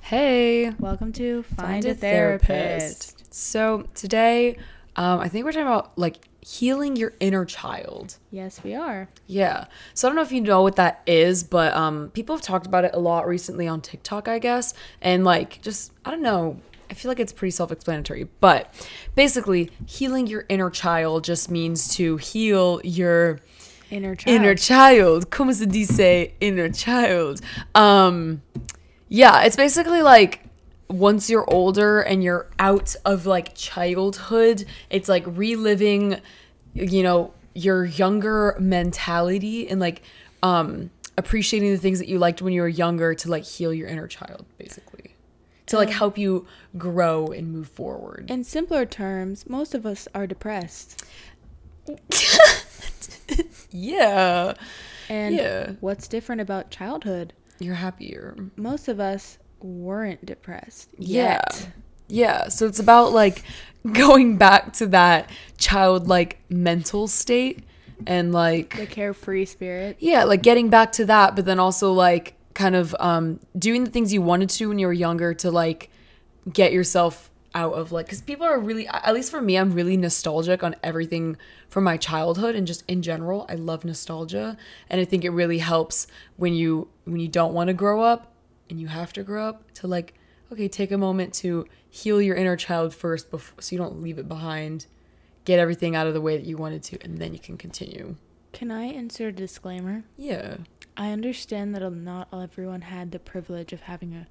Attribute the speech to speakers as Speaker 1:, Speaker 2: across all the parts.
Speaker 1: Hey.
Speaker 2: Welcome to Find, a, therapist.
Speaker 1: So today, um, I think we're talking about like healing your inner child.
Speaker 2: Yes, we are.
Speaker 1: Yeah. So I don't know if you know what that is, but um, people have talked about it a lot recently on TikTok, I guess. And like, just, I don't know. I feel like it's pretty self explanatory, but basically, healing your inner child just means to heal your
Speaker 2: Inner child.
Speaker 1: inner child. Come se dice inner child? Um, yeah, it's basically like once you're older and you're out of like childhood, it's like reliving, you know, your younger mentality and like um appreciating the things that you liked when you were younger to like heal your inner child, basically. To like help you grow and move forward.
Speaker 2: In simpler terms, most of us are depressed.
Speaker 1: yeah.
Speaker 2: And
Speaker 1: Yeah.
Speaker 2: what's different about childhood?
Speaker 1: You're happier.
Speaker 2: Most of us weren't depressed
Speaker 1: Yeah.
Speaker 2: yet.
Speaker 1: Yeah. So it's about like going back to that childlike mental state and like,
Speaker 2: The carefree spirit.
Speaker 1: yeah, like getting back to that, but then also like kind of um, doing the things you wanted to when you were younger to like get yourself out of like, because people are really, at least for me, I'm really nostalgic on everything from my childhood and just in general. I love nostalgia. And I think it really helps when you, when you don't want to grow up and you have to grow up to like okay take a moment to heal your inner child first before, so you don't leave it behind get everything out of the way that you wanted to and then you can continue
Speaker 2: Can I insert a disclaimer?
Speaker 1: yeah
Speaker 2: I understand that not everyone had the privilege of having a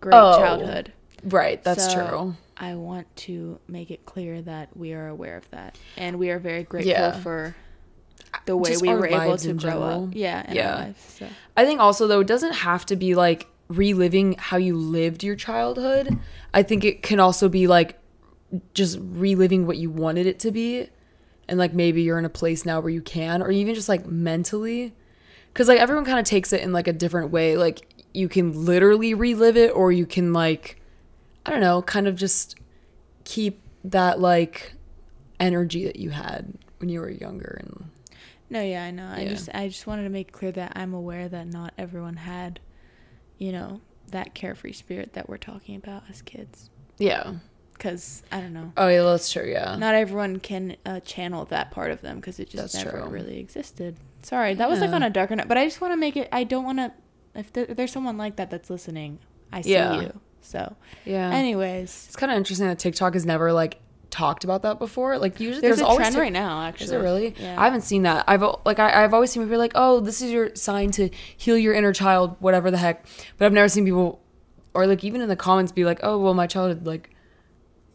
Speaker 2: great
Speaker 1: Oh.
Speaker 2: childhood.
Speaker 1: right that's
Speaker 2: So,
Speaker 1: true
Speaker 2: I want to make it clear that we are aware of that, and we are very grateful
Speaker 1: Yeah.
Speaker 2: for the way
Speaker 1: Just
Speaker 2: we
Speaker 1: our
Speaker 2: were able
Speaker 1: lives
Speaker 2: to
Speaker 1: in
Speaker 2: grow
Speaker 1: general.
Speaker 2: up. Yeah, in
Speaker 1: Yeah.
Speaker 2: our lives. So.
Speaker 1: i think also though it doesn't have to be like reliving how you lived your childhood i think it can also be like just reliving what you wanted it to be and like maybe you're in a place now where you can or even just like mentally because like everyone kind of takes it in like a different way like you can literally relive it or you can like i don't know kind of just keep that like energy that you had when you were younger and
Speaker 2: No, yeah, I know. I
Speaker 1: Yeah.
Speaker 2: just, I just wanted to make clear that I'm aware that not everyone had, you know, that carefree spirit that we're talking about as kids.
Speaker 1: yeah
Speaker 2: Because I don't know,
Speaker 1: oh yeah that's true yeah
Speaker 2: not everyone can uh, channel that part of them because it just
Speaker 1: That's
Speaker 2: never
Speaker 1: true.
Speaker 2: really existed. Sorry, that was like
Speaker 1: Yeah.
Speaker 2: on a darker note. But I just want to make it. I don't want to. If th- there's someone like that that's listening, I see
Speaker 1: Yeah.
Speaker 2: you. So,
Speaker 1: yeah
Speaker 2: anyways,
Speaker 1: it's kind of interesting that tiktok has never like talked about that before like usually
Speaker 2: there's,
Speaker 1: there's,
Speaker 2: a
Speaker 1: always
Speaker 2: trend
Speaker 1: Tik-
Speaker 2: right now. Actually,
Speaker 1: Is it really?
Speaker 2: Yeah.
Speaker 1: I haven't seen that. I've al- like I, I've always seen people like, oh, this is your sign to heal your inner child, whatever the heck. But I've never seen people, or like even in the comments, be like, oh, well, my childhood, like,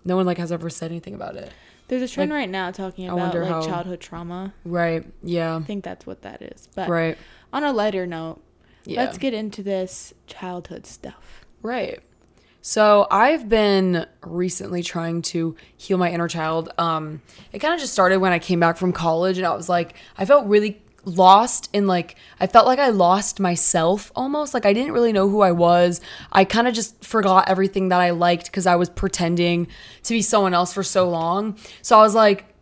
Speaker 1: no one like has ever said anything about it.
Speaker 2: There's a trend right now talking
Speaker 1: I
Speaker 2: about
Speaker 1: wonder
Speaker 2: like
Speaker 1: how-
Speaker 2: childhood trauma.
Speaker 1: Right? Yeah.
Speaker 2: I think that's what that is. But
Speaker 1: Right.
Speaker 2: on a lighter note,
Speaker 1: Yeah.
Speaker 2: let's get into this childhood stuff.
Speaker 1: Right. So I've been recently trying to heal my inner child. Um, it kind of just started when I came back from college, and I was like, I felt really lost and like I felt like I lost myself almost. Like I didn't really know who I was. I kind of just forgot everything that I liked because I was pretending to be someone else for so long. So I was like,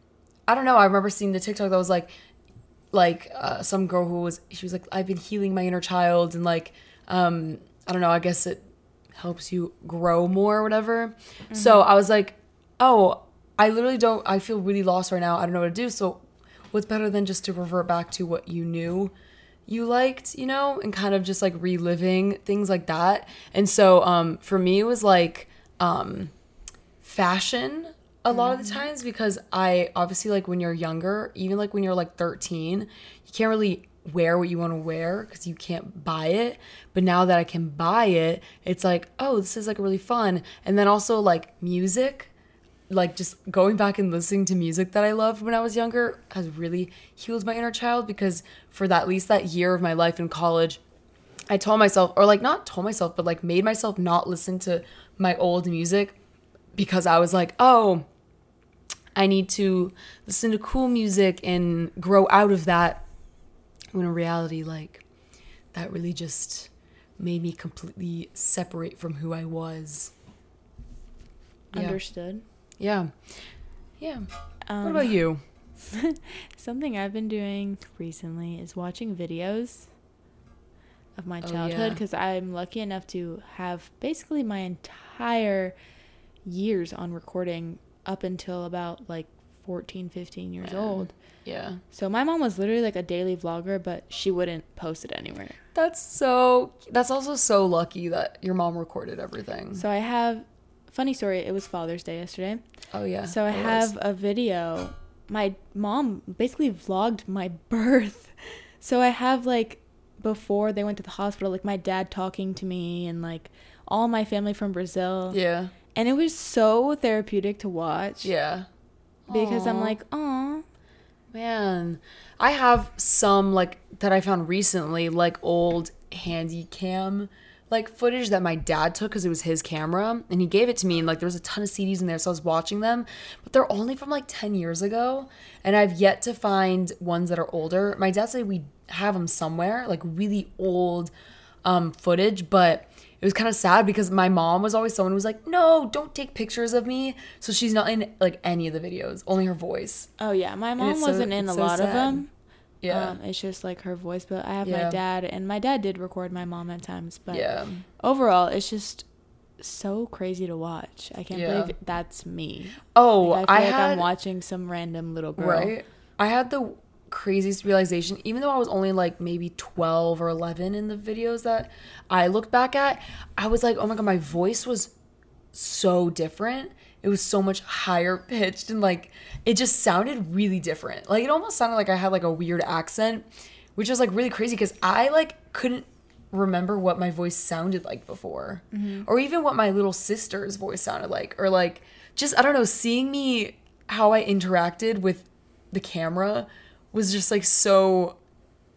Speaker 1: I don't know. I remember seeing the TikTok that was like, like uh, some girl who was she was like i've been healing my inner child and like um i don't know i guess it helps you grow more or whatever so i was like oh i literally don't i feel really lost right now i don't know what to do so what's better than just to revert back to what you knew you liked you know and kind of just like reliving things like that and so um for me it was like um fashion a lot of the times because I obviously like when you're younger, even like when you're like 13, you can't really wear what you want to wear because you can't buy it. But now that I can buy it, it's like, oh, this is like really fun. And then also like music, like just going back and listening to music that I loved when I was younger has really healed my inner child because for that at least that year of my life in college, I told myself, or like not told myself, but like made myself not listen to my old music because I was like, oh, I need to listen to cool music and grow out of that. When in reality, like, that really just made me completely separate from who I was. Yeah.
Speaker 2: Understood.
Speaker 1: Yeah. Yeah.
Speaker 2: Um,
Speaker 1: What about you?
Speaker 2: Something I've been doing recently is watching videos of my
Speaker 1: Oh,
Speaker 2: childhood
Speaker 1: yeah.
Speaker 2: because I'm lucky enough to have basically my entire years on recording up until about like 14, 15 years old.
Speaker 1: Yeah.
Speaker 2: So my mom was literally like a daily vlogger, but she wouldn't post it anywhere.
Speaker 1: That's so. That's also so lucky that your mom recorded everything.
Speaker 2: So I have funny story. It was Father's Day yesterday.
Speaker 1: oh yeah.
Speaker 2: So I
Speaker 1: it was.
Speaker 2: have a video. My mom basically vlogged my birth. So I have like before they went to the hospital, like my dad talking to me and like all my family from Brazil.
Speaker 1: Yeah.
Speaker 2: And it was so therapeutic to watch
Speaker 1: Yeah.
Speaker 2: because I'm
Speaker 1: Aw.
Speaker 2: like, "Oh,
Speaker 1: Man, I have some like that I found recently, like old handy cam like footage that my dad took because it was his camera and he gave it to me and like there was a ton of CDs in there so I was watching them but they're only from like 10 years ago and I've yet to find ones that are older. My dad said we have them somewhere like really old um footage but it was kind of sad because my mom was always someone who was like no don't take pictures of me so she's not in like any of the videos only her voice
Speaker 2: oh yeah, my mom
Speaker 1: it's so-
Speaker 2: wasn't in a
Speaker 1: it's so
Speaker 2: lot of
Speaker 1: sad.
Speaker 2: them."
Speaker 1: yeah
Speaker 2: Um, it's just like her voice, but I have my
Speaker 1: Yeah.
Speaker 2: dad, and my dad did record my mom at times. But
Speaker 1: Yeah.
Speaker 2: overall, it's just so crazy to watch. I can't
Speaker 1: Yeah.
Speaker 2: believe that's me.
Speaker 1: Oh,
Speaker 2: Like,
Speaker 1: I,
Speaker 2: I feel like
Speaker 1: had
Speaker 2: I'm watching some random little girl.
Speaker 1: right. I had the craziest realization. Even though I was only like maybe twelve or eleven in the videos that I looked back at, I was like, oh my god, my voice was so different. It was so much higher pitched and like it just sounded really different. Like it almost sounded like I had like a weird accent, which was like really crazy because I like couldn't remember what my voice sounded like before or even what my little sister's voice sounded like or like just I don't know seeing me how I interacted with the camera was just like so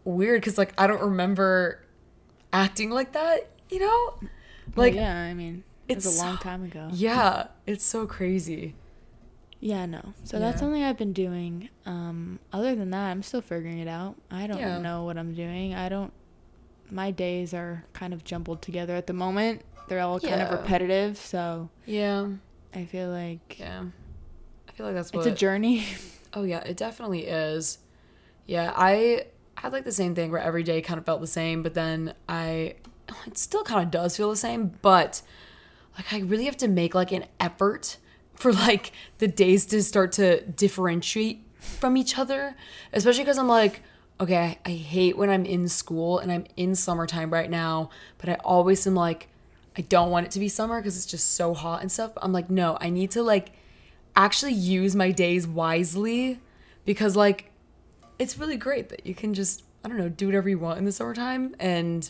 Speaker 1: weird cuz like I don't remember acting like that, you know?
Speaker 2: Well,
Speaker 1: Like
Speaker 2: yeah, I mean, it was
Speaker 1: it's
Speaker 2: a long
Speaker 1: so-
Speaker 2: time ago.
Speaker 1: yeah, it's so crazy.
Speaker 2: Yeah, no. So that's
Speaker 1: Yeah.
Speaker 2: something I've been doing. Um, other than that, I'm still figuring it out. I don't
Speaker 1: Yeah.
Speaker 2: know what I'm doing. I don't. My days are kind of jumbled together at the moment. They're all kind of
Speaker 1: Yeah.
Speaker 2: repetitive, so
Speaker 1: Yeah,
Speaker 2: I feel like
Speaker 1: yeah. I feel like that's
Speaker 2: it's
Speaker 1: what.
Speaker 2: a journey.
Speaker 1: oh yeah, it definitely is. Yeah, I had like the same thing where every day kind of felt the same, but then I, it still kind of does feel the same, but like I really have to make like an effort for like the days to start to differentiate from each other, especially because I'm like, okay, I, I hate when I'm in school and I'm in summertime right now, but I always am like, I don't want it to be summer because it's just so hot and stuff. But I'm like, no, I need to like actually use my days wisely because like it's really great that you can just I don't know do whatever you want in the summertime and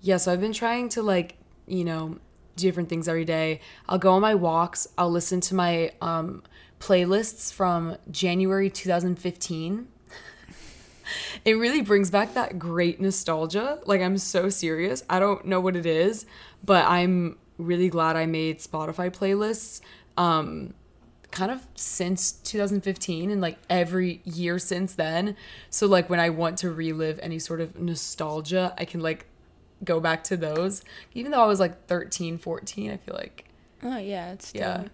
Speaker 1: yeah so I've been trying to like you know do different things every day I'll go on my walks I'll listen to my um playlists from January 2015 it really brings back that great nostalgia like I'm so serious I don't know what it is but I'm really glad I made Spotify playlists um kind of since 2015 and like every year since then. So like when I want to relive any sort of nostalgia, I can like go back to those. Even though I was like 13, 14, I feel like
Speaker 2: oh yeah, it's still,
Speaker 1: Yeah.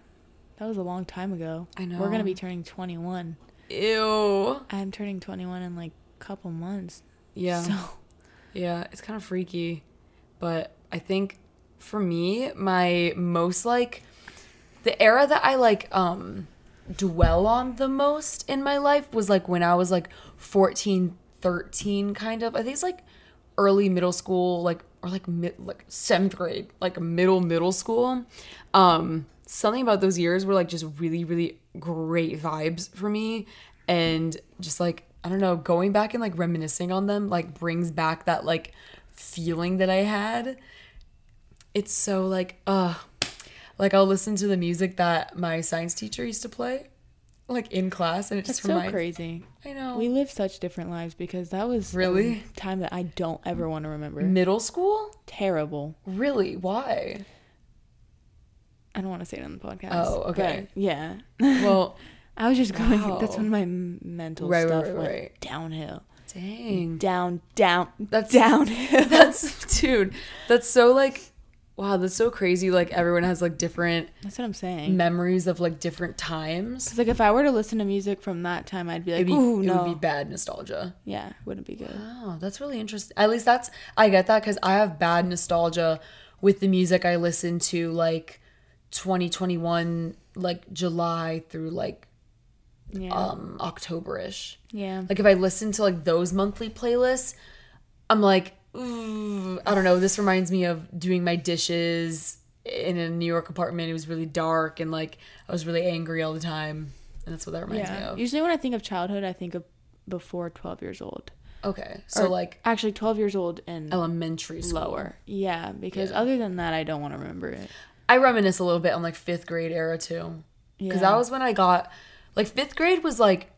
Speaker 2: That was a long time ago.
Speaker 1: I
Speaker 2: We're gonna
Speaker 1: know.
Speaker 2: be turning 21.
Speaker 1: ew.
Speaker 2: I'm turning 21 in like a couple months.
Speaker 1: Yeah.
Speaker 2: So
Speaker 1: Yeah, it's kind of freaky. But I think for me, my most like the era that I like um dwell on the most in my life was like when I was like 14, 13 kind of. I think it's like early middle school like or like mid like 7th grade, like middle middle school. Um something about those years were like just really really great vibes for me and just like I don't know, going back and like reminiscing on them like brings back that like feeling that I had. It's so like uh like I'll listen to the music that my science teacher used to play like in class and it
Speaker 2: it's
Speaker 1: just
Speaker 2: so
Speaker 1: reminds
Speaker 2: crazy.
Speaker 1: I know.
Speaker 2: We live such different lives because that was a
Speaker 1: Really? Mm.
Speaker 2: time that I don't ever want to remember.
Speaker 1: Middle school?
Speaker 2: Terrible.
Speaker 1: Really? Why?
Speaker 2: I don't want to say it on the podcast.
Speaker 1: Oh,
Speaker 2: but
Speaker 1: okay.
Speaker 2: yeah,
Speaker 1: Well,
Speaker 2: I was just going. That's
Speaker 1: Wow.
Speaker 2: when my m- mental
Speaker 1: Right, right,
Speaker 2: stuff
Speaker 1: right,
Speaker 2: went
Speaker 1: right.
Speaker 2: downhill,
Speaker 1: dang.
Speaker 2: down, down,
Speaker 1: That's-
Speaker 2: downhill.
Speaker 1: That's dude. That's so like Wow, that's so crazy. Like everyone has like different
Speaker 2: That's what I'm saying.
Speaker 1: memories of like different times.
Speaker 2: It's like if I were to listen to music from that time, I'd be like,
Speaker 1: It'd be,
Speaker 2: ooh,
Speaker 1: it
Speaker 2: no.
Speaker 1: would be bad nostalgia.
Speaker 2: yeah, wouldn't be good.
Speaker 1: Wow, Oh, that's really interesting. At least that's I get that because I have bad nostalgia with the music I listen to like 2021, like July through like
Speaker 2: Yeah.
Speaker 1: um Octoberish.
Speaker 2: yeah.
Speaker 1: Like if I listen to like those monthly playlists, I'm like, "Ooh, I don't know. This reminds me of doing my dishes in a New York apartment. It was really dark and like I was really angry all the time, and that's what that reminds
Speaker 2: yeah.
Speaker 1: me
Speaker 2: Usually when I think of childhood, I think of before 12 years old.
Speaker 1: of. Okay, so
Speaker 2: Or
Speaker 1: like
Speaker 2: Actually, 12 years old and
Speaker 1: elementary school.
Speaker 2: lower. Yeah, because
Speaker 1: Oh, Yeah.
Speaker 2: other than that, I don't want to remember it.
Speaker 1: I reminisce a little bit on like fifth grade era too, because
Speaker 2: Yeah.
Speaker 1: that was when I got like fifth grade was like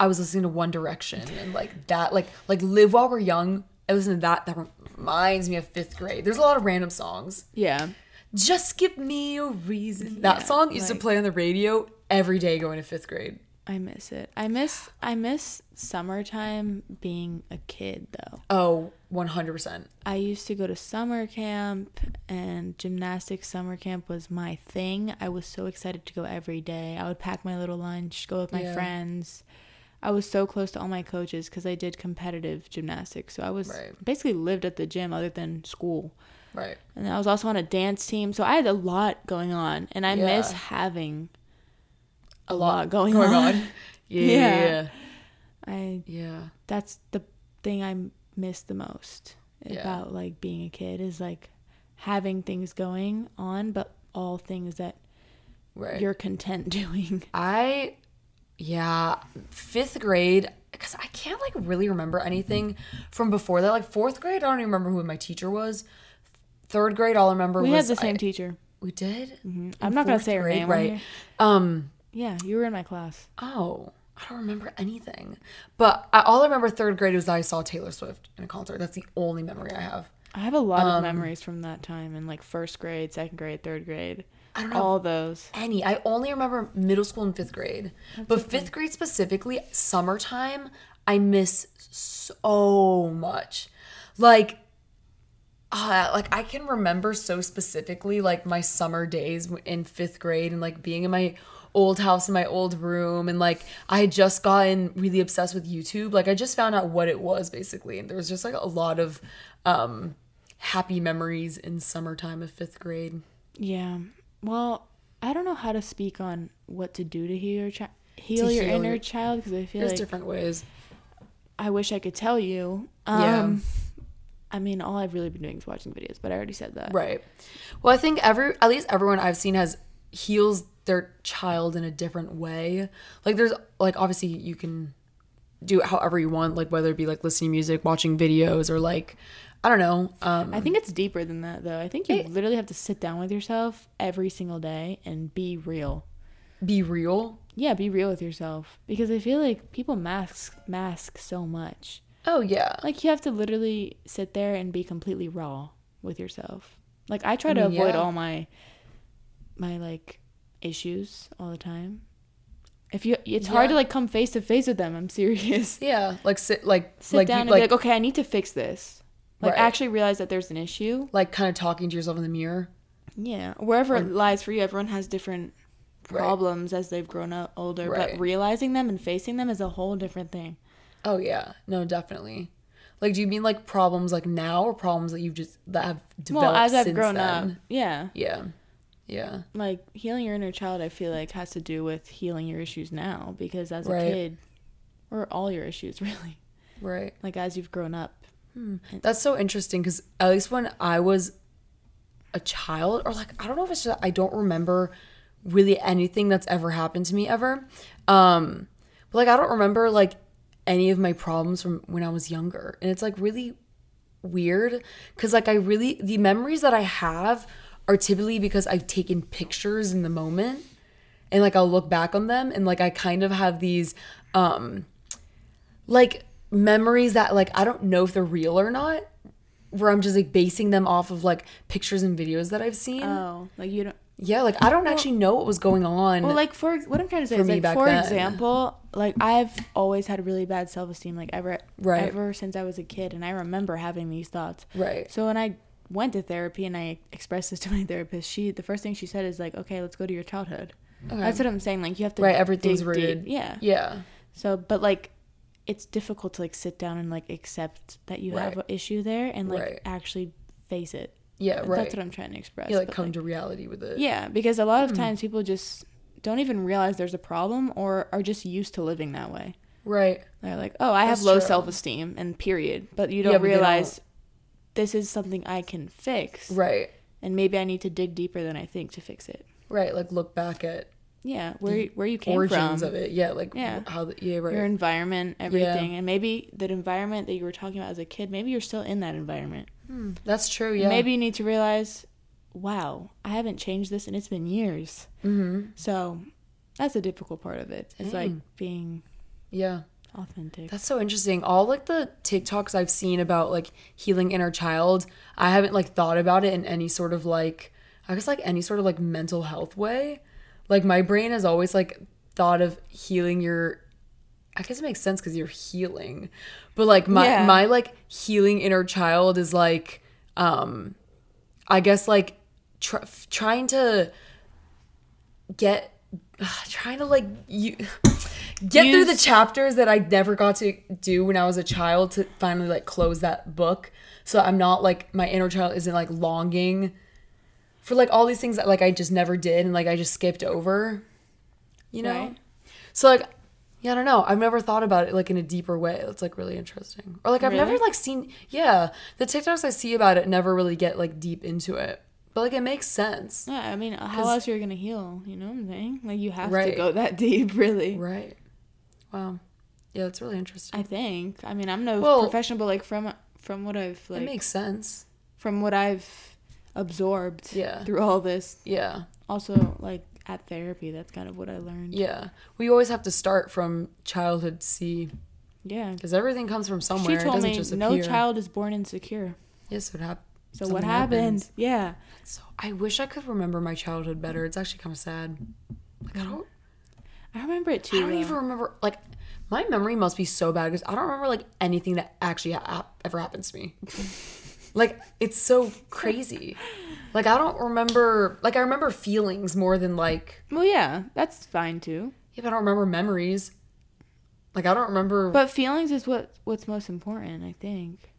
Speaker 1: I was listening to One Direction and like that like like Live While We're Young. I listen to that. That reminds me of fifth grade. There's a lot of random songs.
Speaker 2: Yeah.
Speaker 1: Just give me a reason. That
Speaker 2: Yeah,
Speaker 1: song used
Speaker 2: like-
Speaker 1: to play on the radio every day going to fifth grade.
Speaker 2: I miss it. I miss I miss summertime being a kid though.
Speaker 1: Oh, 100%.
Speaker 2: I used to go to summer camp and gymnastics summer camp was my thing. I was so excited to go every day. I would pack my little lunch, go with my
Speaker 1: Yeah.
Speaker 2: friends. I was so close to all my coaches cuz I did competitive gymnastics. So I was
Speaker 1: Right.
Speaker 2: basically lived at the gym other than school.
Speaker 1: Right.
Speaker 2: And I was also on a dance team. So I had a lot going on and I miss
Speaker 1: Yeah.
Speaker 2: having a, lot, going,
Speaker 1: Going
Speaker 2: on.
Speaker 1: on. Yeah. Yeah.
Speaker 2: I
Speaker 1: Yeah.
Speaker 2: that's the thing I miss the most
Speaker 1: Yeah.
Speaker 2: about like being a kid is like having things going on, but all things that
Speaker 1: Right.
Speaker 2: you're content doing.
Speaker 1: I, yeah, fifth grade, because I can't like really remember anything from before that. Like fourth grade, I don't even remember who my teacher was. Third grade, all I remember
Speaker 2: We had
Speaker 1: was
Speaker 2: the same
Speaker 1: I-
Speaker 2: teacher.
Speaker 1: we did.
Speaker 2: I'm not gonna
Speaker 1: Fourth
Speaker 2: say her
Speaker 1: grade,
Speaker 2: name,
Speaker 1: right?
Speaker 2: right?
Speaker 1: Um.
Speaker 2: Yeah, you were in my class.
Speaker 1: Oh, I don't remember anything. But I, all I remember third grade was that I saw Taylor Swift in a concert. That's the only memory I have.
Speaker 2: I have a lot
Speaker 1: Um,
Speaker 2: of memories from that time in like first grade, second grade, third grade.
Speaker 1: I don't have
Speaker 2: All those.
Speaker 1: any. I only remember middle school and fifth grade. but fifth grade specifically, summertime, I miss so much. Like, uh, like I can remember so specifically, like my summer days w- in fifth grade, and like being in my old house in my old room, and like I had just gotten really obsessed with YouTube. Like I just found out what it was basically, and there was just like a lot of um, happy memories in summertime of fifth grade.
Speaker 2: Yeah. Well, I don't know how to speak on what to do to heal your child. Heal your
Speaker 1: heal
Speaker 2: inner
Speaker 1: your-
Speaker 2: child because I feel
Speaker 1: There's
Speaker 2: like
Speaker 1: different ways.
Speaker 2: I wish I could tell you.
Speaker 1: Yeah.
Speaker 2: Um, I mean, all I've really been doing is watching videos, but I already said that.
Speaker 1: Right. Well, I think every at least everyone I've seen has heals their child in a different way. Like there's like obviously you can do it however you want, like whether it be like listening to music, watching videos or like I don't know. Um
Speaker 2: I think it's deeper than that, though. I think you literally have to sit down with yourself every single day and be real.
Speaker 1: be real.
Speaker 2: Yeah, be real with yourself because I feel like people mask mask so much.
Speaker 1: Oh yeah.
Speaker 2: Like you have to literally sit there and be completely raw with yourself. Like I try to
Speaker 1: mean,
Speaker 2: avoid
Speaker 1: yeah.
Speaker 2: all my my like issues all the time. If you, it's hard
Speaker 1: Yeah.
Speaker 2: to like come face to face with them. I'm serious.
Speaker 1: Yeah, like sit like
Speaker 2: sit
Speaker 1: like
Speaker 2: down
Speaker 1: you,
Speaker 2: and
Speaker 1: like,
Speaker 2: be like, okay, I need to fix this. Like
Speaker 1: Right.
Speaker 2: actually realize that there's an issue.
Speaker 1: like kind of talking to yourself in the mirror.
Speaker 2: Yeah. Wherever it lies for you, everyone has different
Speaker 1: Right.
Speaker 2: problems as they've grown up older.
Speaker 1: Right.
Speaker 2: But realizing them and facing them is a whole different thing.
Speaker 1: Oh yeah. No, definitely. Like do you mean like problems like now or problems that you've just that have developed
Speaker 2: Well, as I've
Speaker 1: since
Speaker 2: grown
Speaker 1: then?
Speaker 2: up. Yeah.
Speaker 1: Yeah. Yeah.
Speaker 2: Like healing your inner child I feel like has to do with healing your issues now because as
Speaker 1: Right.
Speaker 2: a kid or all your issues really.
Speaker 1: Right.
Speaker 2: Like as you've grown up.
Speaker 1: That's so interesting because at least when I was a child, or like I don't know if it's just I don't remember really anything that's ever happened to me ever. Um, but like I don't remember like any of my problems from when I was younger, and it's like really weird because like I really the memories that I have are typically because I've taken pictures in the moment, and like I'll look back on them, and like I kind of have these um like memories that like I don't know if they're real or not, where I'm just like basing them off of like pictures and videos that I've seen.
Speaker 2: Oh, like you don't
Speaker 1: yeah, like I don't actually know what was going on.
Speaker 2: Well, like for what I'm trying to say is
Speaker 1: me
Speaker 2: like
Speaker 1: back
Speaker 2: for
Speaker 1: then.
Speaker 2: example, like I've always had really bad self esteem, like ever
Speaker 1: Right.
Speaker 2: ever since I was a kid, and I remember having these thoughts.
Speaker 1: Right.
Speaker 2: So when I went to therapy and I expressed this to my therapist, she the first thing she said is like, "Okay, let's go to your childhood."
Speaker 1: Okay.
Speaker 2: That's what I'm saying. Like you have to
Speaker 1: right. Everything's
Speaker 2: dig deep.
Speaker 1: rooted.
Speaker 2: Yeah.
Speaker 1: Yeah.
Speaker 2: So, but like, it's difficult to like sit down and like accept that you have an
Speaker 1: Right.
Speaker 2: issue there and like
Speaker 1: Right.
Speaker 2: actually face it.
Speaker 1: Yeah. Right.
Speaker 2: That's what I'm trying to express.
Speaker 1: you like
Speaker 2: but,
Speaker 1: come to reality with it.
Speaker 2: yeah, because a lot
Speaker 1: Hmm.
Speaker 2: of times people just don't even realize there's a problem or are just used to living that way.
Speaker 1: Right.
Speaker 2: They're like, oh, I have
Speaker 1: That's
Speaker 2: low
Speaker 1: true.
Speaker 2: self esteem and period. But you
Speaker 1: Yeah,
Speaker 2: don't
Speaker 1: but they don't-
Speaker 2: realize this is something I can fix.
Speaker 1: Right.
Speaker 2: And maybe I need to dig deeper than I think to fix it.
Speaker 1: Right. Like look back at
Speaker 2: Yeah, where, where you came
Speaker 1: origins
Speaker 2: from.
Speaker 1: of it. Yeah. Like
Speaker 2: Yeah.
Speaker 1: how. The, yeah. Right.
Speaker 2: your environment, everything. And maybe that environment that you were talking about as a kid, maybe you're still in that environment.
Speaker 1: That's true.
Speaker 2: And
Speaker 1: Yeah.
Speaker 2: Maybe you need to realize, wow, I haven't changed this and it's been years.
Speaker 1: Mhm.
Speaker 2: So that's a difficult part of it. It's
Speaker 1: Dang.
Speaker 2: like being
Speaker 1: Yeah.
Speaker 2: authentic.
Speaker 1: That's so interesting. All like the TikToks I've seen about like healing inner child, I haven't like thought about it in any sort of like I guess like any sort of like mental health way. Like my brain has always like thought of healing your I guess it makes sense cuz you're healing. But like my
Speaker 2: Yeah.
Speaker 1: my like healing inner child is like um I guess like tr- trying to get trying to like you get through the
Speaker 2: Use-
Speaker 1: chapters that I never got to do when I was a child to finally like close that book so I'm not like my inner child isn't like longing for like all these things that like I just never did and like I just skipped over you know
Speaker 2: Right.
Speaker 1: so like yeah I don't know I've never thought about it like in a deeper way it's like really interesting or like I've never
Speaker 2: Really?
Speaker 1: like seen yeah the TikToks I see about it never really get like deep into it but like it makes sense
Speaker 2: Yeah, I mean, how
Speaker 1: 'Cause-
Speaker 2: else are you going to heal? You know what I'm saying? Like, you have
Speaker 1: Right.
Speaker 2: to go that deep, really.
Speaker 1: Right. Wow. Yeah, that's really interesting.
Speaker 2: I think. I mean, I'm no
Speaker 1: Well-
Speaker 2: professional, but like, from from what I've, like,
Speaker 1: it makes sense.
Speaker 2: from what I've absorbed
Speaker 1: Yeah.
Speaker 2: through all this,
Speaker 1: Yeah.
Speaker 2: also, like, at therapy, that's kind of what I learned.
Speaker 1: Yeah. We always have to start from childhood C
Speaker 2: Yeah.
Speaker 1: because everything comes from somewhere. it
Speaker 2: She told
Speaker 1: doesn't
Speaker 2: me
Speaker 1: just
Speaker 2: no
Speaker 1: appear.
Speaker 2: child is born insecure.
Speaker 1: Yes, it happened.
Speaker 2: So what
Speaker 1: Something
Speaker 2: happened?
Speaker 1: happens.
Speaker 2: Yeah.
Speaker 1: So I wish I could remember my childhood better. It's actually kind of sad. Like I don't.
Speaker 2: I remember it
Speaker 1: I
Speaker 2: too.
Speaker 1: don't
Speaker 2: though.
Speaker 1: even remember. Like my memory must be so bad because I don't remember like anything that actually ha- hap- ever happened to me. like it's so crazy. Like I don't remember. Like I remember feelings more than like
Speaker 2: Well, yeah, that's fine too.
Speaker 1: Yeah, but I don't remember memories. Like I don't remember.
Speaker 2: But feelings is what what's most important, I think.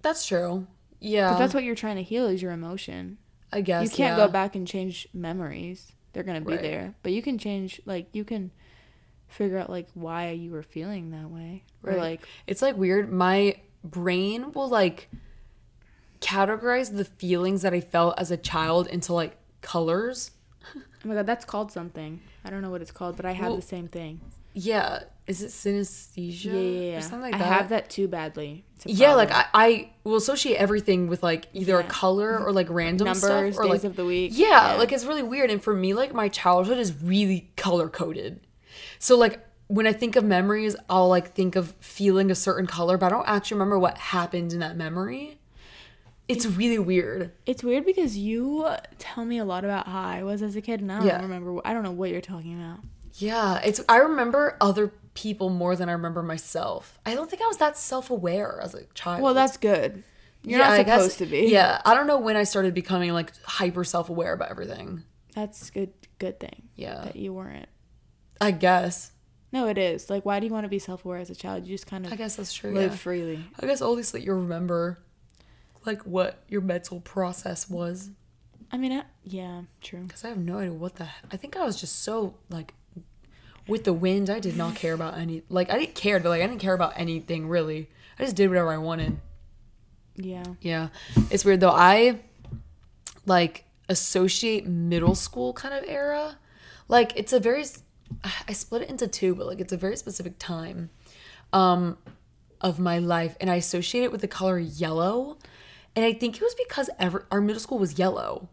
Speaker 1: that's true. Yeah,
Speaker 2: 'Cause that's what you're trying to heal is your emotion.
Speaker 1: I guess
Speaker 2: You can't
Speaker 1: Um, yeah.
Speaker 2: go back and change memories. They're going to be
Speaker 1: Right.
Speaker 2: there. But you can change like you can figure out like why you were feeling that way or
Speaker 1: Right.
Speaker 2: like
Speaker 1: It's like weird. My brain will like categorize the feelings that I felt as a child into like colors.
Speaker 2: oh my god, that's called something. I don't know what it's called, but I have
Speaker 1: Well,
Speaker 2: the same thing.
Speaker 1: Yeah, is it synesthesia
Speaker 2: Yeah, yeah, yeah.
Speaker 1: or something like
Speaker 2: I
Speaker 1: that?
Speaker 2: have that too badly. It's a
Speaker 1: yeah, like
Speaker 2: problem.
Speaker 1: I, I will associate everything with like either a
Speaker 2: Um, Yeah.
Speaker 1: color or like random
Speaker 2: numbers,
Speaker 1: stuff or
Speaker 2: days
Speaker 1: like
Speaker 2: of the week.
Speaker 1: Yeah, like it's really weird. And for me, like my childhood is really color coded. So like when I think of memories, I'll like think of feeling a certain color, but I don't actually remember what happened in that memory. It's really weird.
Speaker 2: It's weird because you tell me a lot about how I was as a kid, and I don't
Speaker 1: Yeah.
Speaker 2: remember. I don't know what you're talking about.
Speaker 1: Yeah, it's I remember other people more than I remember myself. I don't think I was that self aware as a child.
Speaker 2: Well, that's good. You're not
Speaker 1: I guess-
Speaker 2: supposed to be.
Speaker 1: Yeah, I don't know when I started becoming like hyper self aware about everything.
Speaker 2: that's good. Good thing
Speaker 1: Yeah,
Speaker 2: that you weren't.
Speaker 1: I guess.
Speaker 2: No, it is. Like, why do you want to be self-aware as a child? You just kind of
Speaker 1: I guess that's true.
Speaker 2: live
Speaker 1: yeah.
Speaker 2: freely.
Speaker 1: I guess all these that you remember, like what your mental process was.
Speaker 2: I mean, I, yeah, true.
Speaker 1: Because I have no idea what the. I think I was just so like, with the wind. I did not care about any. Like I didn't care, but like I didn't care about anything really. I just did whatever I wanted.
Speaker 2: Yeah,
Speaker 1: Yeah, it's weird though. I like associate middle school kind of era. Like it's a very. s- I split it into two, but like it's a very specific time. Um, of my life and I associate it with the color yellow. And I think it was because ever our middle school was yellow.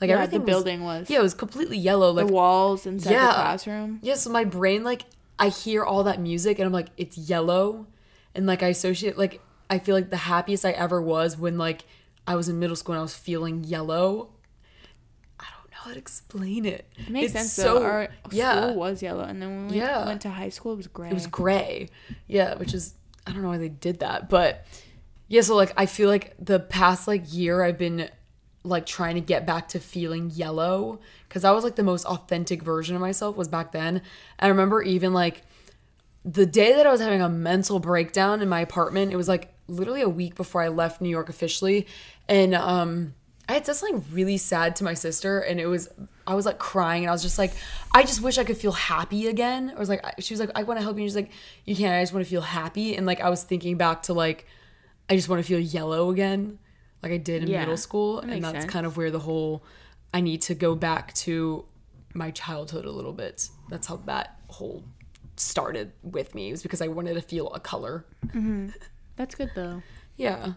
Speaker 1: Like
Speaker 2: yeah. The
Speaker 1: everything was-
Speaker 2: building was.
Speaker 1: yeah, it was completely yellow.
Speaker 2: the
Speaker 1: Like
Speaker 2: walls inside
Speaker 1: Yeah.
Speaker 2: the classroom.
Speaker 1: yeah, so my brain like I hear all that music and I'm like it's yellow and like I associate like I feel like the happiest I ever was when like I was in middle school and I was feeling yellow. I don't know how to explain it.
Speaker 2: It makes
Speaker 1: It's
Speaker 2: sense
Speaker 1: so-
Speaker 2: though. Our
Speaker 1: yeah.
Speaker 2: school was yellow, and then when we
Speaker 1: Yeah.
Speaker 2: went to high school, it was gray.
Speaker 1: It was gray. Yeah, which is I don't know why they did that, but Yeah, so like I feel like the past like year I've been like trying to get back to feeling yellow cuz I was like the most authentic version of myself was back then. I remember even like the day that I was having a mental breakdown in my apartment, it was like literally a week before I left New York officially and um I had said something really sad to my sister, and it was I was like crying, and I was just like, I just wish I could feel happy again. I was like, I- she was like, I want to help you. And she's like, you can't. I just want to feel happy. And like I was thinking back to like, I just want to feel yellow again, like I did in
Speaker 2: Yeah,
Speaker 1: middle school,
Speaker 2: that
Speaker 1: and
Speaker 2: makes
Speaker 1: that's
Speaker 2: sense.
Speaker 1: kind of where the whole I need to go back to my childhood a little bit. That's how that whole started with me. It was because I wanted to feel a color.
Speaker 2: That's good though.
Speaker 1: Yeah,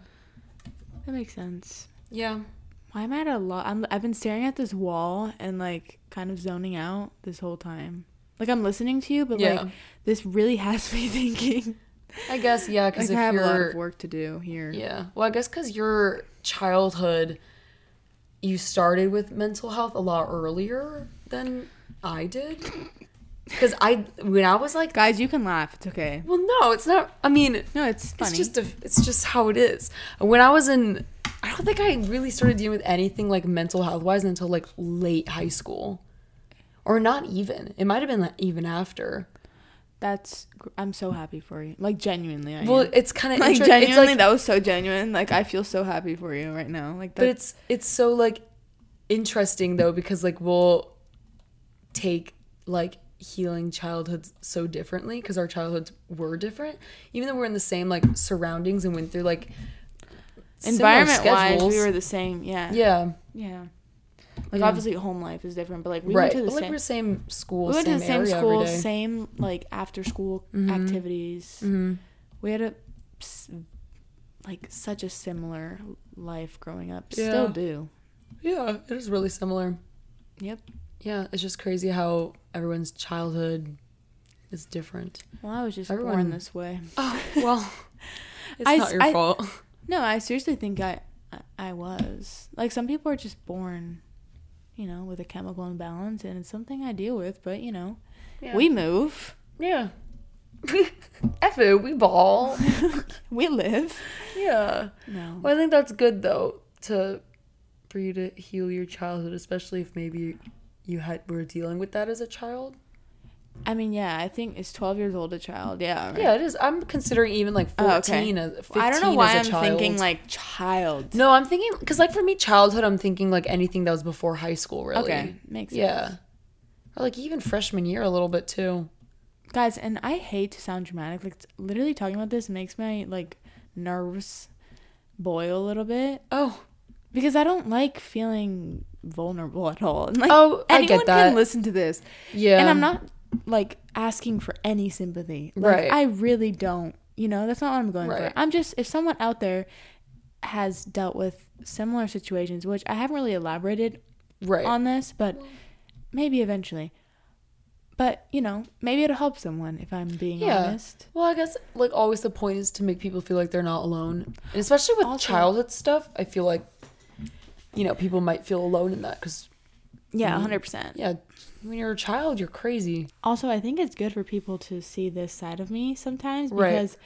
Speaker 2: That makes sense.
Speaker 1: yeah.
Speaker 2: Why am I at a lot? I'm, I've been staring at this wall and like kind of zoning out this whole time. Like I'm listening to you, but
Speaker 1: Yeah.
Speaker 2: like this really has me thinking.
Speaker 1: I guess yeah, because
Speaker 2: Like I
Speaker 1: if
Speaker 2: have a
Speaker 1: you're
Speaker 2: lot of work to do here.
Speaker 1: Yeah. Well, I guess because your childhood, you started with mental health a lot earlier than I did. Because I, when I was like,
Speaker 2: Guys, you can laugh. It's okay.
Speaker 1: well, no, it's not. I mean,
Speaker 2: No, it's funny.
Speaker 1: it's just a, it's just how it is. When I was in, I don't think I really started dealing with anything like mental health wise until like late high school, or not even. It might have been like, even after.
Speaker 2: That's. gr- I'm so happy for you. Like genuinely, I
Speaker 1: Well,
Speaker 2: am.
Speaker 1: it's kind of
Speaker 2: Like
Speaker 1: interesting.
Speaker 2: genuinely,
Speaker 1: It's like
Speaker 2: that was so genuine. Like I feel so happy for you right now. Like
Speaker 1: but
Speaker 2: that,
Speaker 1: it's it's so like interesting though because like we'll take like healing childhoods so differently because our childhoods were different even though we're in the same like surroundings and went through like similar
Speaker 2: environment wise,
Speaker 1: schedules.
Speaker 2: we were the same. Yeah.
Speaker 1: yeah
Speaker 2: Yeah. Like
Speaker 1: Yeah.
Speaker 2: obviously, home life is different, but like we
Speaker 1: right
Speaker 2: went to the
Speaker 1: but, like
Speaker 2: same.
Speaker 1: we're same school
Speaker 2: we went
Speaker 1: same
Speaker 2: to the same
Speaker 1: area
Speaker 2: school,
Speaker 1: every day. Mm-hmm.
Speaker 2: same like after school activities. We had a s- like such a similar life growing up. Still
Speaker 1: Yeah.
Speaker 2: do.
Speaker 1: yeah it is really similar
Speaker 2: Yep.
Speaker 1: yeah it's just crazy how everyone's childhood is different
Speaker 2: Well, I was just
Speaker 1: Everyone-
Speaker 2: born this way.
Speaker 1: oh well it's
Speaker 2: I
Speaker 1: not
Speaker 2: s-
Speaker 1: your
Speaker 2: I-
Speaker 1: fault
Speaker 2: No, I seriously think I I- I was like some people are just born, you know, with a chemical imbalance, and it's something I deal with. But you know,
Speaker 1: Yeah.
Speaker 2: we move,
Speaker 1: yeah F it, we ball.
Speaker 2: we live.
Speaker 1: Yeah.
Speaker 2: No,
Speaker 1: Well, I think that's good though to for you to heal your childhood, especially if maybe you had were dealing with that as a child.
Speaker 2: I mean, yeah, I think it's twelve years old a child. Yeah, right.
Speaker 1: Yeah, it is. I'm considering even like
Speaker 2: Oh,
Speaker 1: 14 as 15
Speaker 2: I don't know why
Speaker 1: as
Speaker 2: I'm
Speaker 1: a child.
Speaker 2: thinking like child.
Speaker 1: No, I'm thinking cuz like for me childhood I'm thinking like anything that was before high school really.
Speaker 2: Okay, makes
Speaker 1: Yeah.
Speaker 2: sense.
Speaker 1: Or like even freshman year a little bit too.
Speaker 2: Guys, and I hate to sound dramatic. Like t- literally talking about this makes my like nerves boil a little bit
Speaker 1: Oh,
Speaker 2: because I don't like feeling vulnerable at all. And, like,
Speaker 1: Oh, I get
Speaker 2: anyone
Speaker 1: that.
Speaker 2: can listen to this,
Speaker 1: yeah.
Speaker 2: and I'm not like asking for any sympathy. Like,
Speaker 1: Right.
Speaker 2: I really don't. You know, that's not what I'm going
Speaker 1: Right.
Speaker 2: for. I'm just if someone out there has dealt with similar situations, which I haven't really elaborated
Speaker 1: right.
Speaker 2: on this, but maybe eventually. But you know, maybe it'll help someone if I'm being
Speaker 1: Yeah.
Speaker 2: honest.
Speaker 1: Well, I guess like always the point is to make people feel like they're not alone, and especially with
Speaker 2: Also-
Speaker 1: childhood stuff, I feel like you know people might feel alone in that because
Speaker 2: Mm-hmm. Yeah, 100%.
Speaker 1: yeah, when you're a child, you're crazy.
Speaker 2: Also, I think it's good for people to see this side of me sometimes
Speaker 1: Right.
Speaker 2: because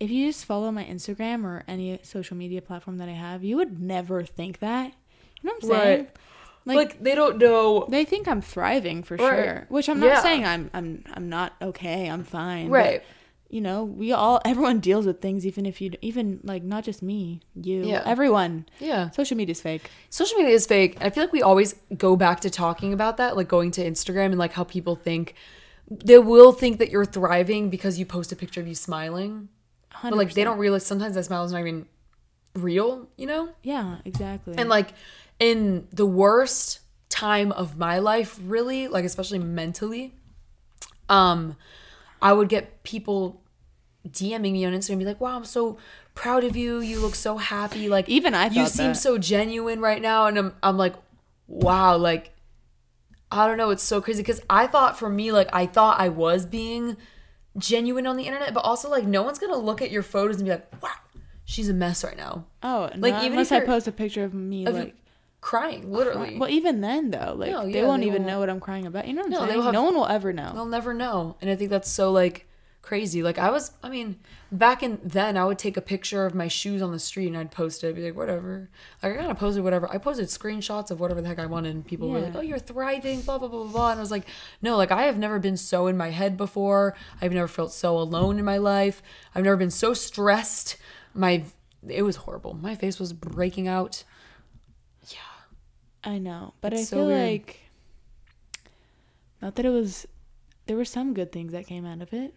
Speaker 2: if you just follow my Instagram or any social media platform that I have, you would never think that. You know what I'm saying?
Speaker 1: Right. Like,
Speaker 2: Like,
Speaker 1: they don't know.
Speaker 2: they think I'm thriving for
Speaker 1: Right.
Speaker 2: sure, which I'm not
Speaker 1: Yeah.
Speaker 2: saying I'm I'm I'm not okay. I'm fine. but,
Speaker 1: Right.
Speaker 2: you know, we all everyone deals with things even if you even like not just me, you,
Speaker 1: Yeah.
Speaker 2: everyone.
Speaker 1: Yeah.
Speaker 2: Social media's fake.
Speaker 1: Social media is fake, and I feel like we always go back to talking about that, like going to Instagram and like how people think they will think that you're thriving because you post a picture of you smiling, but like they
Speaker 2: 100%.
Speaker 1: don't realize sometimes that smile is not even real. You know.
Speaker 2: Yeah, exactly.
Speaker 1: And like in the worst time of my life, really, like especially mentally, um, I would get people DMing me on Instagram, be like, "Wow, I'm so proud of you. You look so happy. Like
Speaker 2: Even I
Speaker 1: you
Speaker 2: thought
Speaker 1: seem
Speaker 2: that.
Speaker 1: so genuine right now." And I'm, I'm like, "Wow, like." I don't know, it's so crazy because I thought for me, like, I thought I was being genuine on the internet, but also, like, no one's gonna look at your photos and be like, wow, she's a mess right now.
Speaker 2: oh,
Speaker 1: like, even
Speaker 2: like even unless
Speaker 1: if
Speaker 2: I
Speaker 1: you're-
Speaker 2: post a picture of me
Speaker 1: Of you
Speaker 2: like
Speaker 1: crying, literally.
Speaker 2: Well, even then though, like
Speaker 1: No,
Speaker 2: they
Speaker 1: yeah,
Speaker 2: won't
Speaker 1: they
Speaker 2: even
Speaker 1: won't.
Speaker 2: know what I'm crying about. You know what I'm
Speaker 1: No, they
Speaker 2: saying?
Speaker 1: will have-
Speaker 2: no one will ever know.
Speaker 1: They'll never know. And I think that's so like crazy. Like I was, I mean, back in then, I would take a picture of my shoes on the street and I'd post it. I'd be like, whatever. Like I kind of posted whatever. I posted screenshots of whatever the heck I wanted, and people were like,
Speaker 2: Yeah.
Speaker 1: oh, you're thriving, blah blah blah blah. blah. And I was like, no, like I have never been so in my head before. I've never felt so alone in my life. I've never been so stressed. My it was horrible. My face was breaking out.
Speaker 2: I know, but
Speaker 1: It's
Speaker 2: I
Speaker 1: so
Speaker 2: feel
Speaker 1: weird.
Speaker 2: like not that it was. There were some good things that came out of it,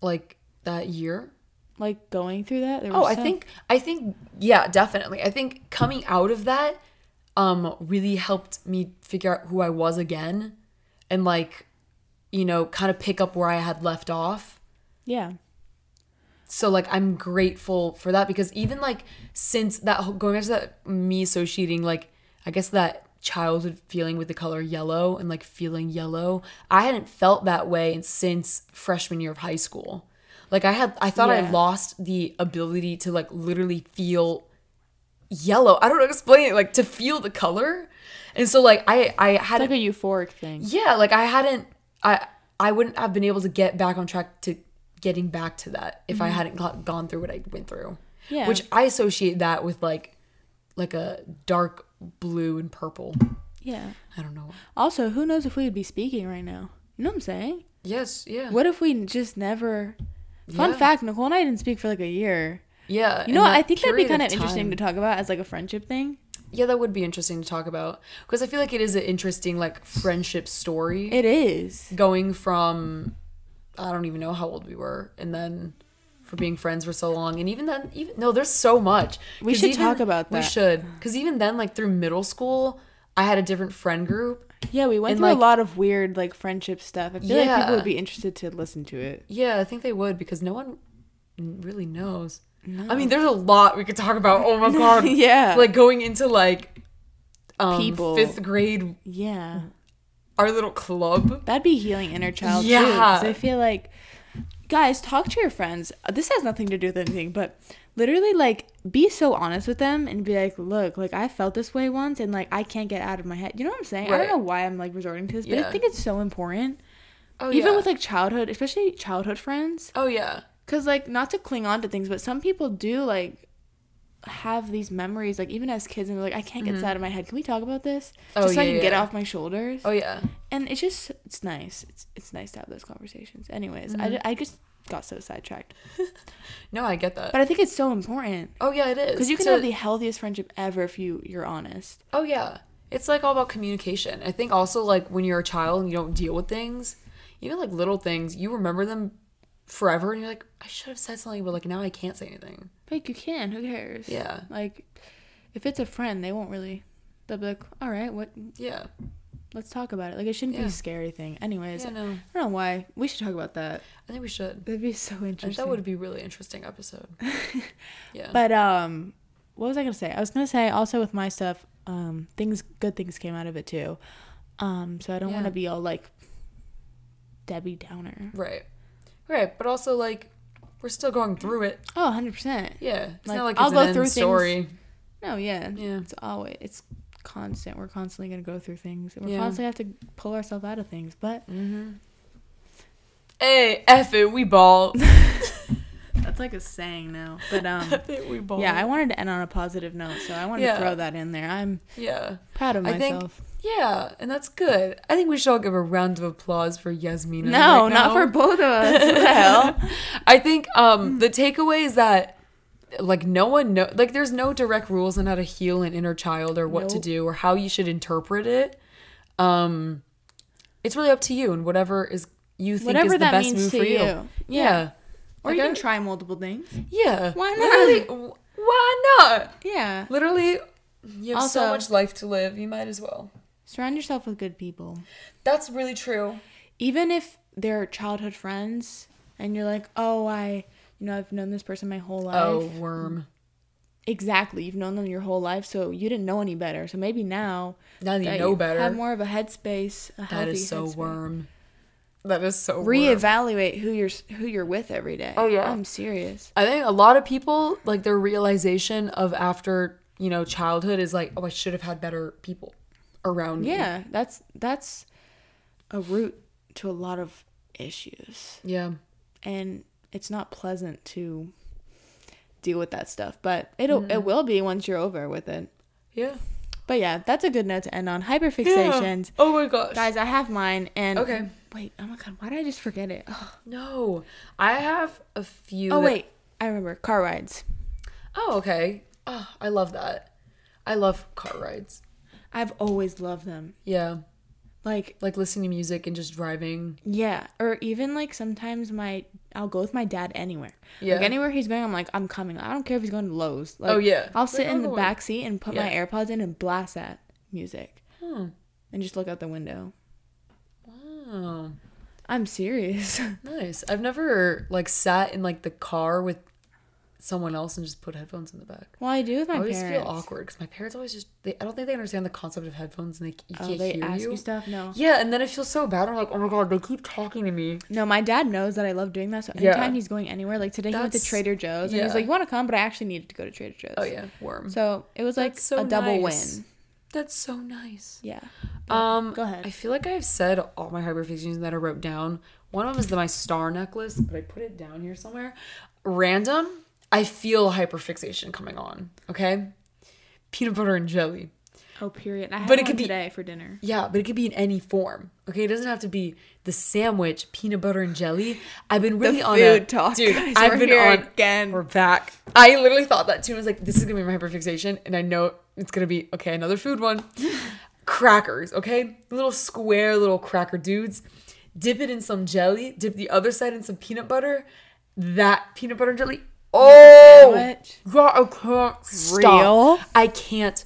Speaker 1: Like that year,
Speaker 2: like going through that. There were
Speaker 1: Oh, I
Speaker 2: some-
Speaker 1: think I think yeah, definitely. I think coming out of that um really helped me figure out who I was again and like you know, kind of pick up where I had left off.
Speaker 2: yeah,
Speaker 1: So like I'm grateful for that because even like since that whole- going back to that me associating like I guess that childhood feeling with the color yellow and like feeling yellow, I hadn't felt that way since freshman year of high school. Like I had I thought I
Speaker 2: Yeah.
Speaker 1: lost the ability to like literally feel yellow. I don't know how to explain it, like to feel the color. And so like I I had
Speaker 2: like a euphoric thing.
Speaker 1: yeah like i hadn't i i wouldn't have been able to get back on track to getting back to that if i hadn't got, gone through what i went through
Speaker 2: Mm-hmm. Yeah.
Speaker 1: which i associate that with like like a dark blue and purple
Speaker 2: Yeah.
Speaker 1: i don't know
Speaker 2: Also, who knows if we would be speaking right now? You know what I'm saying?
Speaker 1: yes yeah
Speaker 2: What if we just never? Fun
Speaker 1: Yeah.
Speaker 2: fact: Nicole and I didn't speak for like a year.
Speaker 1: yeah
Speaker 2: You know, what? I think that'd be kind of interesting to talk about as like a friendship thing.
Speaker 1: yeah that would be interesting to talk about because i feel like it is an interesting like friendship story
Speaker 2: It is.
Speaker 1: going from I don't even know how old we were, and then for being friends for so long, and even then, even no, there's so much
Speaker 2: We
Speaker 1: 'Cause
Speaker 2: should
Speaker 1: even-
Speaker 2: talk about
Speaker 1: We
Speaker 2: that.
Speaker 1: should, because even then, like through middle school, I had a different friend group.
Speaker 2: Yeah, we went
Speaker 1: And,
Speaker 2: through
Speaker 1: like-
Speaker 2: a lot of weird like friendship stuff. I feel like
Speaker 1: Yeah.
Speaker 2: people would be interested to listen to it.
Speaker 1: Yeah, I think they would because no one n- really knows. I mean, there's a lot we could talk about. Oh my god,
Speaker 2: Yeah.
Speaker 1: like going into like um,
Speaker 2: People.
Speaker 1: fifth grade,
Speaker 2: Yeah.
Speaker 1: our little club.
Speaker 2: That'd be healing inner child too,
Speaker 1: Yeah.
Speaker 2: 'cause I feel like guys talk to your friends. This has nothing to do with anything, but literally like be so honest with them and be like, "Look, like I felt this way once and like I can't get out of my head." You know what I'm saying? I
Speaker 1: Right.
Speaker 2: don't know why I'm like resorting to this, but
Speaker 1: Yeah.
Speaker 2: I think it's so important.
Speaker 1: Oh
Speaker 2: Even
Speaker 1: yeah.
Speaker 2: with like childhood, especially childhood friends,
Speaker 1: oh yeah.
Speaker 2: cuz like not to cling on to things, but some people do like have these memories like even as kids and they're like, "I can't get this out of my head. Can we talk about this?"
Speaker 1: Mm-hmm. Oh,
Speaker 2: Just so I
Speaker 1: yeah,
Speaker 2: can get
Speaker 1: yeah.
Speaker 2: off my shoulders
Speaker 1: Oh yeah.
Speaker 2: and it's just it's nice it's, it's nice to have those conversations anyways I, ju- I just got so sidetracked
Speaker 1: No, I get that.
Speaker 2: but i think it's so important
Speaker 1: oh yeah, it is.
Speaker 2: because you can
Speaker 1: To-
Speaker 2: have the healthiest friendship ever if you you're honest
Speaker 1: Oh yeah. It's like all about communication. I think also like when you're a child and you don't deal with things, even like little things, you remember them forever and you're like, I should have said something, but like now I can't say anything.
Speaker 2: like you can who cares
Speaker 1: Yeah.
Speaker 2: like if it's a friend they won't really they'll be like all right what
Speaker 1: Yeah.
Speaker 2: let's talk about it like it shouldn't be
Speaker 1: Yeah.
Speaker 2: a scary thing anyways
Speaker 1: Yeah, no.
Speaker 2: i don't know why we should talk about that
Speaker 1: I think we should.
Speaker 2: that'd be so
Speaker 1: I
Speaker 2: interesting
Speaker 1: think that would be a really interesting episode. Yeah.
Speaker 2: But um, what was I gonna say? I was gonna say also with my stuff, um, things good things came out of it too. Um, so I don't
Speaker 1: Yeah.
Speaker 2: want to be all like Debbie Downer.
Speaker 1: right. Right. But also like we're still going through it.
Speaker 2: Oh, 100 percent.
Speaker 1: Yeah. It's
Speaker 2: Like,
Speaker 1: not like
Speaker 2: I'll
Speaker 1: it's
Speaker 2: go
Speaker 1: an end
Speaker 2: through things-
Speaker 1: story.
Speaker 2: No, yeah,
Speaker 1: Yeah.
Speaker 2: It's always it's constant. We're constantly gonna go through things, and we're
Speaker 1: Yeah.
Speaker 2: constantly have to pull ourselves out of things. But
Speaker 1: Hey, F it, we ball.
Speaker 2: that's like a saying now. But um,
Speaker 1: F it, we ball.
Speaker 2: yeah, I wanted to end on a positive note, so I wanted
Speaker 1: Yeah.
Speaker 2: to throw that in there. I'm
Speaker 1: yeah.
Speaker 2: proud of
Speaker 1: I think-
Speaker 2: myself.
Speaker 1: Yeah, and that's good. I think we should all give a round of applause for Yasmina.
Speaker 2: no,
Speaker 1: right
Speaker 2: not
Speaker 1: now.
Speaker 2: for both of us. What the hell?
Speaker 1: I think um the takeaway is that like no one know like there's no direct rules on how to heal an inner child or what to
Speaker 2: Nope.
Speaker 1: do or how you should interpret it. Um it's really up to you and whatever is you think
Speaker 2: Whatever
Speaker 1: is the
Speaker 2: that
Speaker 1: best
Speaker 2: means
Speaker 1: move
Speaker 2: to
Speaker 1: for you.
Speaker 2: you.
Speaker 1: Yeah.
Speaker 2: Yeah. Or
Speaker 1: Like,
Speaker 2: you
Speaker 1: I-
Speaker 2: can try multiple things.
Speaker 1: yeah.
Speaker 2: Why not?
Speaker 1: Literally, w- why not?
Speaker 2: Yeah.
Speaker 1: Literally you have so
Speaker 2: Also-
Speaker 1: much life to live. You might as well.
Speaker 2: Surround yourself with good people.
Speaker 1: That's really true.
Speaker 2: Even if they're childhood friends and you're like, oh, I, you know, I've known this person my whole life.
Speaker 1: Oh, worm.
Speaker 2: Exactly. You've known them your whole life, so you didn't know any better. So maybe now
Speaker 1: Now that you know better.
Speaker 2: have more of a headspace. A
Speaker 1: That is so
Speaker 2: healthy headspace.
Speaker 1: worm. That is so worm.
Speaker 2: Reevaluate who you're s- who you're with every day. Oh
Speaker 1: yeah.
Speaker 2: I'm serious.
Speaker 1: I think a lot of people like their realization of after you know childhood is like, oh, I should have had better people around me.
Speaker 2: Yeah, that's that's a root to a lot of issues
Speaker 1: Yeah.
Speaker 2: and it's not pleasant to deal with that stuff, but it'll
Speaker 1: Mm-hmm.
Speaker 2: it will be once you're over with it.
Speaker 1: Yeah.
Speaker 2: But yeah, that's a good note to end on. Hyperfixations.
Speaker 1: Oh my gosh.
Speaker 2: Guys, I have mine and
Speaker 1: Okay.
Speaker 2: Wait, oh my god, why did I just forget it? Ugh.
Speaker 1: No, I have a few.
Speaker 2: Oh
Speaker 1: that-
Speaker 2: wait, I remember. Car rides.
Speaker 1: Oh, okay. Oh, I love that. I love car rides.
Speaker 2: I've always loved them.
Speaker 1: Yeah.
Speaker 2: Like
Speaker 1: Like listening to music and just driving.
Speaker 2: Yeah, or even like sometimes my I'll go with my dad anywhere.
Speaker 1: Yeah.
Speaker 2: Like anywhere he's going, I'm like I'm coming. I don't care if he's going to Lowe's. Like,
Speaker 1: Oh, yeah.
Speaker 2: I'll sit
Speaker 1: Like, I'll
Speaker 2: in the
Speaker 1: go with-
Speaker 2: back seat and put my
Speaker 1: Yeah.
Speaker 2: AirPods in and blast that music
Speaker 1: Hmm.
Speaker 2: and just look out the window.
Speaker 1: Wow.
Speaker 2: I'm serious.
Speaker 1: Nice. I've never like sat in like the car with someone else and just put headphones in the back.
Speaker 2: well, I do with my
Speaker 1: I always
Speaker 2: parents.
Speaker 1: feel awkward because my parents always just they I don't think they understand the concept of headphones and they you
Speaker 2: Oh,
Speaker 1: can't
Speaker 2: they
Speaker 1: hear
Speaker 2: ask
Speaker 1: you.
Speaker 2: you stuff. No,
Speaker 1: Yeah, and then I feel so bad. I'm like, oh my god, they keep talking to me.
Speaker 2: no. My dad knows that I love doing that. So
Speaker 1: Yeah.
Speaker 2: anytime he's going anywhere, like today he went to
Speaker 1: That's-
Speaker 2: Trader Joe's and
Speaker 1: yeah.
Speaker 2: he's like, "You want to come?" But I actually needed to go to Trader Joe's.
Speaker 1: Oh yeah, worm.
Speaker 2: So it was like
Speaker 1: That's so
Speaker 2: a double
Speaker 1: nice.
Speaker 2: win.
Speaker 1: That's so nice.
Speaker 2: Yeah.
Speaker 1: Um,
Speaker 2: Go ahead.
Speaker 1: I feel like I've said all my hyperfixations that I wrote down. One of them is the, my star necklace, but I put it down here somewhere. Random. I feel hyperfixation coming on. Okay, peanut butter and jelly.
Speaker 2: Oh, period. I had
Speaker 1: But it
Speaker 2: one
Speaker 1: could be-
Speaker 2: today for dinner.
Speaker 1: Yeah, but it could be in any form. Okay, it doesn't have to be the sandwich, peanut butter and jelly. I've been really on a
Speaker 2: food talk,
Speaker 1: dude.
Speaker 2: guys.
Speaker 1: I've
Speaker 2: We're
Speaker 1: been
Speaker 2: here
Speaker 1: on
Speaker 2: again.
Speaker 1: We're back. I literally thought that too. I was like, this is gonna be my hyperfixation, and I know it's gonna be okay. Another food one. Crackers, okay, little square little cracker dudes. Dip it in some jelly. Dip the other side in some peanut butter. That peanut butter and jelly. Oh,
Speaker 2: sandwich?
Speaker 1: God, I can't stop.
Speaker 2: Real?
Speaker 1: I can't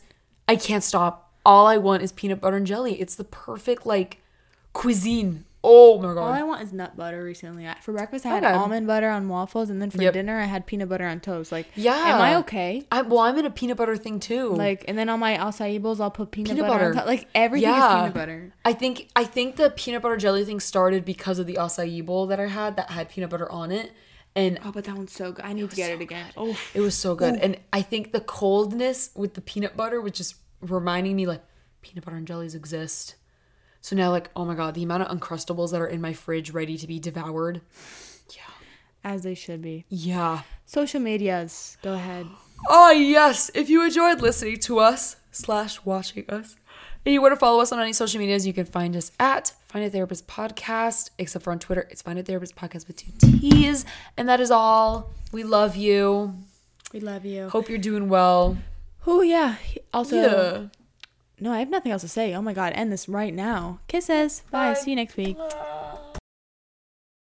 Speaker 1: I can't stop. All I want is peanut butter and jelly. It's the perfect like cuisine. Oh my
Speaker 2: All I
Speaker 1: god.
Speaker 2: want is nut butter recently. I- For breakfast, I had
Speaker 1: Okay.
Speaker 2: almond butter on waffles, and then for
Speaker 1: Yep.
Speaker 2: dinner, I had peanut butter on toast. Like,
Speaker 1: Yeah.
Speaker 2: am I okay?
Speaker 1: I, well, I'm in a peanut butter thing too.
Speaker 2: Like, and then on my acai bowls, I'll put peanut,
Speaker 1: Peanut
Speaker 2: butter.
Speaker 1: butter.
Speaker 2: on top. Like, everything
Speaker 1: Yeah.
Speaker 2: is peanut butter.
Speaker 1: I think I think the peanut butter jelly thing started because of the acai bowl that I had that had peanut butter on it and
Speaker 2: Oh, but that one's so good. I need to get it again. Oh,
Speaker 1: it was so good. And I think the coldness with the peanut butter was just reminding me like peanut butter and jellies exist. So now like oh my god, the amount of uncrustables that are in my fridge ready to be devoured.
Speaker 2: as they should be.
Speaker 1: Yeah.
Speaker 2: Social medias. Go ahead.
Speaker 1: Ah, yes. If you enjoyed listening to us slash watching us, and you want to follow us on any social medias, you can find us at Find a Therapist Podcast, except for on Twitter. It's Find a Therapist Podcast with two T's. And that is all. We love you.
Speaker 2: We love you.
Speaker 1: Hope you're doing well.
Speaker 2: Oh yeah. Also, no, I have nothing else to say. Oh my god, end this right now. Kisses. Bye.
Speaker 1: Bye.
Speaker 2: See you next week.
Speaker 1: Yeah.